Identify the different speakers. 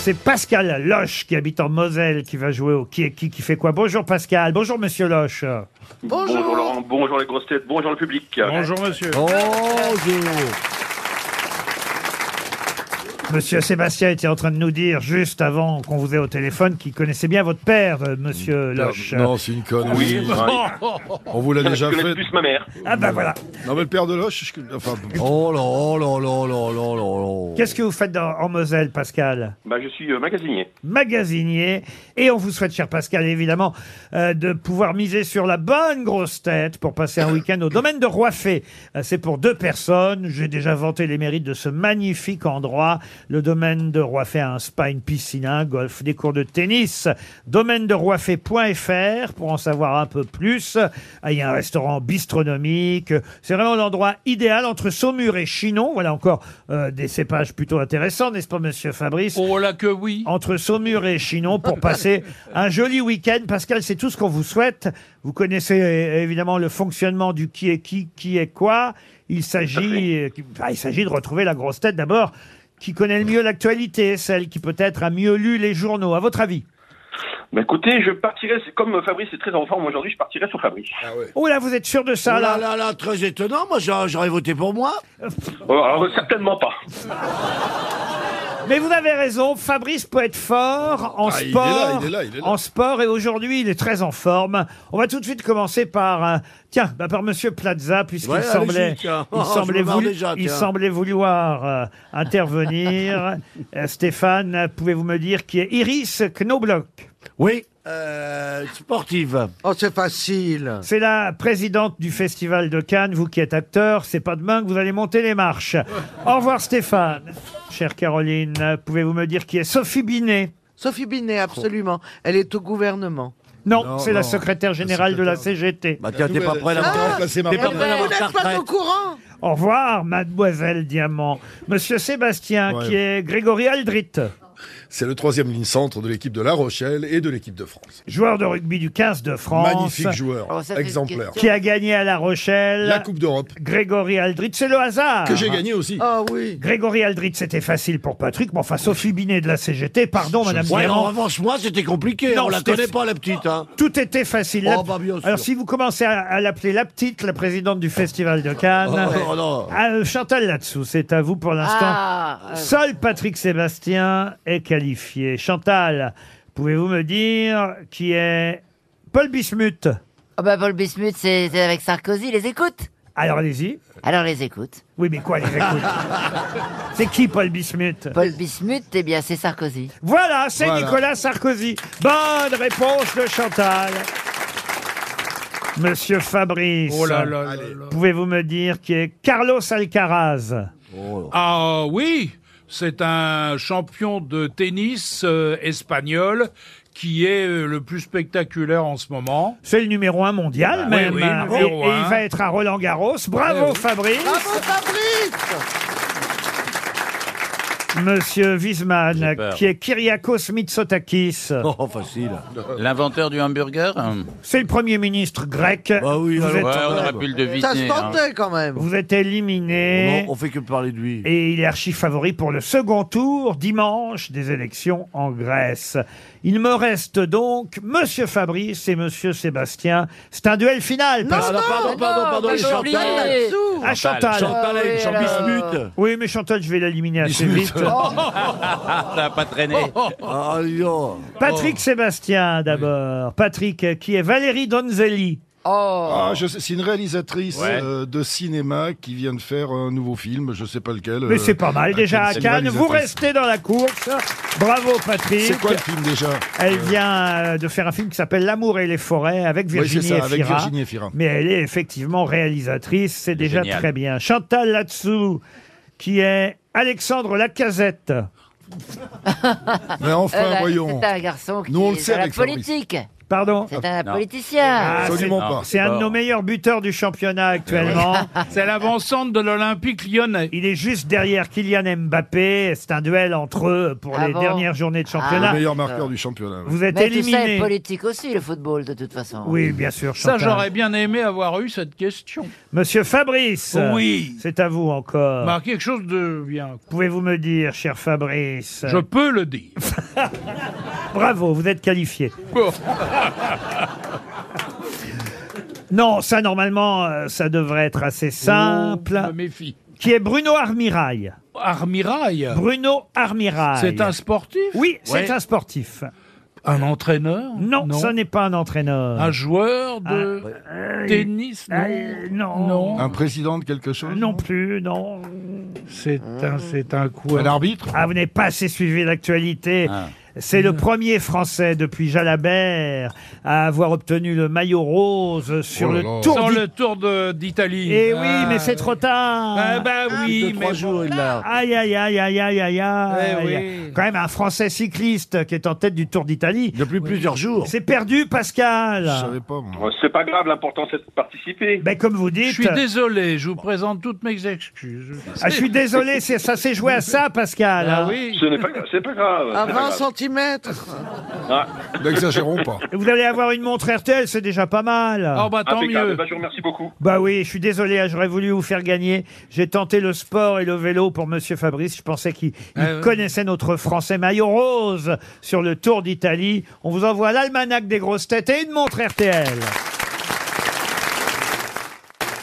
Speaker 1: C'est Pascal Loche qui habite en Moselle qui va jouer au qui est qui qui fait quoi. Bonjour Pascal, bonjour Monsieur Loche.
Speaker 2: Bonjour. Laurent, bonjour les grosses têtes, bonjour le public.
Speaker 3: Bonjour monsieur.
Speaker 4: Oh,
Speaker 1: Monsieur Sébastien était en train de nous dire juste avant qu'on vous ait au téléphone qu'il connaissait bien votre père, euh, Monsieur Loche.
Speaker 5: Non, c'est une connerie.
Speaker 2: Oui, ouais.
Speaker 5: On vous l'a
Speaker 2: Je
Speaker 5: déjà
Speaker 2: connais
Speaker 5: fait.
Speaker 2: plus ma mère.
Speaker 1: Ah bah voilà.
Speaker 5: Non, mais le père de Loche, je- enfin,
Speaker 4: Oh là oh là là là là oh là là.
Speaker 1: Qu'est-ce que vous faites dans- en Moselle, Pascal
Speaker 2: Bah, je suis euh, magasinier.
Speaker 1: Magasinier. Et on vous souhaite, cher Pascal, évidemment, euh, de pouvoir miser sur la bonne grosse tête pour passer un week-end au domaine de Roiffet. Euh, c'est pour deux personnes. J'ai déjà vanté les mérites de ce magnifique endroit. Le domaine de Roiffet a un spa, une piscine, un golf, des cours de tennis. Domaine de Roiffet.fr pour en savoir un peu plus. Ah, Il y a un restaurant bistronomique. C'est vraiment l'endroit idéal entre Saumur et Chinon. Voilà encore euh, des cépages plutôt intéressants, n'est-ce pas, monsieur Fabrice
Speaker 3: Oh là que oui.
Speaker 1: entre Saumur et Chinon pour passer un joli week-end. Pascal, c'est tout ce qu'on vous souhaite. Vous connaissez euh, évidemment le fonctionnement du qui est qui, qui est quoi. Il s'agit, euh, ah, il s'agit de retrouver la grosse tête d'abord, qui connaît le mieux l'actualité, celle qui peut-être a mieux lu les journaux. À votre avis
Speaker 2: Bah, écoutez, je partirais, c'est- comme euh, Fabrice est très en forme aujourd'hui, je partirais sur Fabrice.
Speaker 1: Oh là, vous êtes sûr de ça
Speaker 4: Oh là
Speaker 1: là
Speaker 4: là là, très étonnant. Moi, j'a- j'aurais voté pour moi.
Speaker 2: Oh, alors, euh, certainement pas.
Speaker 1: Mais vous avez raison, Fabrice peut être fort en
Speaker 5: Ah, il est
Speaker 1: sport.
Speaker 5: là, il est là, il est là.
Speaker 1: En sport, et aujourd'hui, il est très en forme. On va tout de suite commencer par, euh, tiens, bah, par Monsieur Plaza, puisqu'il
Speaker 4: Ouais,
Speaker 1: semblait,
Speaker 4: allez-y, tiens.
Speaker 1: il
Speaker 4: Oh, je
Speaker 1: semblait,
Speaker 4: me marre
Speaker 1: voulu-
Speaker 4: déjà,
Speaker 1: il
Speaker 4: tiens.
Speaker 1: semblait vouloir euh, intervenir. Euh, Stéphane, pouvez-vous me dire qui est Iris Knobloch
Speaker 4: Oui. Euh, sportive.
Speaker 6: Oh, c'est facile.
Speaker 1: C'est la présidente du Festival de Cannes. Vous qui êtes acteur, c'est pas demain que vous allez monter les marches. Au revoir Stéphane. Chère Caroline, pouvez-vous me dire qui est Sophie Binet
Speaker 6: Sophie Binet, absolument. Elle est au gouvernement.
Speaker 1: Non,
Speaker 4: Non,
Speaker 1: c'est la
Speaker 4: non.
Speaker 1: secrétaire générale de la CGT.
Speaker 4: Bah tiens, t'es pas prêt là.
Speaker 5: Ah,
Speaker 4: T'es pas prêt à
Speaker 6: Vous
Speaker 4: avoir ta
Speaker 6: n'êtes pas au
Speaker 4: retraite.
Speaker 6: courant
Speaker 1: Au revoir, mademoiselle Diamant. Monsieur Sébastien,
Speaker 5: Ouais.
Speaker 1: qui est Grégory Aldrit,
Speaker 5: C'est le troisième ligne centre de l'équipe de La Rochelle et de l'équipe de France.
Speaker 1: joueur de rugby du 15 de France,
Speaker 5: Magnifique joueur,
Speaker 6: Oh, ça, c'est une
Speaker 5: exemplaire.
Speaker 6: question.
Speaker 1: qui a gagné à La Rochelle.
Speaker 5: La Coupe d'Europe,
Speaker 1: Grégory Aldrit, c'est le hasard.
Speaker 5: que j'ai gagnée aussi.
Speaker 1: Oh.
Speaker 6: Ah oui.
Speaker 1: Grégory Aldrit, c'était facile pour Patrick, mais enfin Sophie Binet de la CGT, pardon, Madame
Speaker 4: Ouais, en
Speaker 1: Diamant.
Speaker 4: revanche, moi, c'était compliqué.
Speaker 1: Non,
Speaker 4: on la
Speaker 1: c'était-
Speaker 4: connaît pas, la petite. Hein.
Speaker 1: Tout était facile.
Speaker 4: Oh,
Speaker 1: La-
Speaker 4: bah, bien sûr.
Speaker 1: Alors si vous commencez à, à l'appeler la petite, la présidente du Festival de Cannes,
Speaker 4: Oh, oh, non.
Speaker 1: Ah, euh, Chantal là-dessous, c'est à vous pour l'instant.
Speaker 6: Ah, euh,
Speaker 1: Seul Patrick Sébastien est qualifié. Chantal, pouvez-vous me dire qui est Paul Bismuth
Speaker 7: Oh bah Paul Bismuth, c'est c'est avec Sarkozy, les écoute
Speaker 1: Alors allez-y.
Speaker 7: Alors les écoute.
Speaker 1: Oui, mais quoi, les écoutes C'est qui Paul Bismuth
Speaker 7: Paul Bismuth, eh bien c'est Sarkozy.
Speaker 1: Voilà, c'est
Speaker 5: Voilà.
Speaker 1: Nicolas Sarkozy. Bonne réponse de Chantal. Monsieur Fabrice,
Speaker 3: Oh là là. là
Speaker 5: Allez.
Speaker 3: là.
Speaker 1: pouvez-vous me dire qui est Carlos Alcaraz
Speaker 3: Ah oui, c'est un champion de tennis euh, espagnol qui est euh, le plus spectaculaire en ce moment.
Speaker 1: C'est le numéro un mondial
Speaker 3: Bah,
Speaker 1: même.
Speaker 3: oui, oui,
Speaker 1: hein. et,
Speaker 3: numéro
Speaker 1: et
Speaker 3: un. Eh
Speaker 1: il va être à Roland Garros. Bravo Fabrice.
Speaker 6: Bravo Ah Fabrice
Speaker 3: Ah.
Speaker 1: Monsieur Wiesmann, qui est Kyriakos Mitsotakis.
Speaker 4: Oh, facile.
Speaker 8: L'inventeur du hamburger hein.
Speaker 1: C'est le premier ministre grec.
Speaker 4: Bah oui,
Speaker 1: vous,
Speaker 4: alors.
Speaker 1: êtes,
Speaker 8: Ouais, on
Speaker 4: ouais,
Speaker 8: aurait
Speaker 4: bah.
Speaker 8: pu le
Speaker 6: Ça se
Speaker 8: deviner. hein.
Speaker 6: tentait quand même.
Speaker 1: vous êtes éliminé.
Speaker 4: On, on fait que parler de lui.
Speaker 1: Et il est archi favori pour le second tour, dimanche, des élections en Grèce. Il me reste donc Monsieur Fabrice et Monsieur Sébastien. C'est un duel final. parce-
Speaker 4: Ah, non, pardon, pardon, pardon,
Speaker 6: mais
Speaker 4: les
Speaker 6: Chantal
Speaker 4: Chantal.
Speaker 6: là-dessous.
Speaker 1: Ah, Chantal.
Speaker 4: Chantal a une
Speaker 7: Ah, oui,
Speaker 4: Bismuth.
Speaker 1: Oui, mais Chantal, je vais l'éliminer assez vite.
Speaker 8: Ça n'a pas traîné.
Speaker 4: Ah, dis donc.
Speaker 1: Patrick Sébastien, d'abord. Patrick, euh, qui est Valérie Donzelli.
Speaker 7: Oh
Speaker 5: Ah, je sais, c'est une réalisatrice
Speaker 8: Ouais.
Speaker 5: euh, de cinéma qui vient de faire un nouveau film, je sais pas lequel.
Speaker 1: Mais
Speaker 5: euh,
Speaker 1: c'est pas mal,
Speaker 5: un
Speaker 1: déjà à
Speaker 5: film
Speaker 1: Cannes. Vous
Speaker 5: réalisatrice.
Speaker 1: restez dans la course. Bravo, Patrick.
Speaker 5: C'est quoi le film déjà
Speaker 1: Elle vient euh, de faire un film qui s'appelle L'amour et les forêts avec
Speaker 5: Oui, c'est
Speaker 1: Virginie
Speaker 5: ça, avec
Speaker 1: Efira.
Speaker 5: Virginie Efira.
Speaker 1: Mais elle est effectivement réalisatrice, c'est déjà
Speaker 8: géniale.
Speaker 1: très bien. Chantal là-dessous, qui est Alexandre Lacazette.
Speaker 5: Mais enfin,
Speaker 7: Euh, bah,
Speaker 5: voyons.
Speaker 6: Ah,
Speaker 7: Euh,
Speaker 6: euh,
Speaker 7: C'est un garçon
Speaker 5: Ah, bah,
Speaker 7: qui
Speaker 5: Nous, on le
Speaker 7: est
Speaker 5: sait
Speaker 7: dans la
Speaker 5: avec Fabrice.
Speaker 7: politique.
Speaker 1: Pardon
Speaker 7: Ah, C'est un
Speaker 8: Non.
Speaker 7: politicien.
Speaker 1: Ah,
Speaker 5: Absolument
Speaker 1: c'est-
Speaker 5: pas. Ah
Speaker 1: C'est un de nos meilleurs buteurs du championnat actuellement.
Speaker 3: C'est l'avancante de l'Olympique lyonnais.
Speaker 1: Il est juste derrière Kylian Mbappé. C'est un duel entre eux pour
Speaker 7: Ah
Speaker 1: les
Speaker 7: bon
Speaker 1: dernières journées de championnat.
Speaker 5: Ah, Le meilleur marqueur du championnat.
Speaker 1: Vous êtes
Speaker 7: Mais tout ça est
Speaker 1: éliminé.
Speaker 7: politique aussi, le football, de toute façon.
Speaker 1: Oui, bien sûr.
Speaker 3: Ça,
Speaker 1: Chantal.
Speaker 3: j'aurais bien aimé avoir eu cette question.
Speaker 1: Monsieur Fabrice.
Speaker 3: Oui.
Speaker 1: C'est à vous encore.
Speaker 3: Bah, quelque chose de bien.
Speaker 1: Pouvez-vous me dire, cher Fabrice
Speaker 3: Je peux le dire.
Speaker 1: Bravo, vous êtes qualifié. non, ça normalement, euh, ça devrait être assez
Speaker 3: Oh, Je
Speaker 1: simple.
Speaker 3: me méfie.
Speaker 1: Qui est Bruno Armirail
Speaker 3: Armirail,
Speaker 1: Bruno Armirail.
Speaker 3: c'est un sportif
Speaker 1: Oui,
Speaker 3: Ouais.
Speaker 1: c'est un sportif.
Speaker 3: Un entraîneur
Speaker 1: Non, ça n'est pas un entraîneur.
Speaker 3: Un joueur de
Speaker 1: Euh,
Speaker 3: tennis
Speaker 1: il-
Speaker 3: non.
Speaker 1: euh, non.
Speaker 3: Non.
Speaker 1: Non.
Speaker 5: Un président de quelque chose
Speaker 1: plus, non.
Speaker 3: C'est un, c'est un coup.
Speaker 5: Un arbitre
Speaker 1: Ah, vous n'avez pas assez suivi l'actualité.
Speaker 8: Ah.
Speaker 1: C'est le premier Français depuis Jalabert à avoir obtenu le maillot rose sur
Speaker 5: Oh là
Speaker 1: le
Speaker 5: là.
Speaker 1: Tour
Speaker 3: Sur
Speaker 1: d'I-
Speaker 3: le Tour de- d'Italie.
Speaker 1: Eh oui,
Speaker 3: Ah.
Speaker 1: mais c'est trop tard.
Speaker 3: Ah bah oui,
Speaker 4: Deux,
Speaker 3: mais
Speaker 4: trois
Speaker 3: bon.
Speaker 4: jours, il l'a.
Speaker 1: Aïe, aïe, aïe, aïe, aïe, aïe, aïe.
Speaker 3: Eh oui.
Speaker 1: aïe. Quand même, un Français cycliste qui est en tête du Tour d'Italie.
Speaker 4: Depuis plusieurs jours.
Speaker 1: C'est perdu, Pascal.
Speaker 5: Je savais pas, moi.
Speaker 2: Bon, Euh, C'est pas grave, l'important c'est de participer.
Speaker 1: Ben, comme vous dites.
Speaker 3: Je suis désolé, je vous présente toutes mes excuses.
Speaker 1: Ah, je suis désolé, c'est- ça s'est joué à ça, Pascal.
Speaker 3: Ah
Speaker 1: hein.
Speaker 3: oui.
Speaker 2: Ce n'est pas grave. C'est pas grave.
Speaker 6: À
Speaker 2: c'est pas
Speaker 6: 20
Speaker 2: grave.
Speaker 6: cm.
Speaker 2: Ah,
Speaker 5: N'exagérons pas.
Speaker 1: Vous allez avoir une montre RTL, c'est déjà pas mal.
Speaker 3: Ah bah tant
Speaker 2: impeccable.
Speaker 3: mieux.
Speaker 2: Bah, je vous remercie beaucoup.
Speaker 1: Bah oui, je suis désolé, hein, j'aurais voulu vous faire gagner. J'ai tenté le sport et le vélo pour Monsieur Fabrice. Je pensais qu'il il
Speaker 3: Ah ouais.
Speaker 1: connaissait notre Français maillot rose sur le Tour d'Italie. On vous envoie l'almanach des grosses têtes et une montre RTL.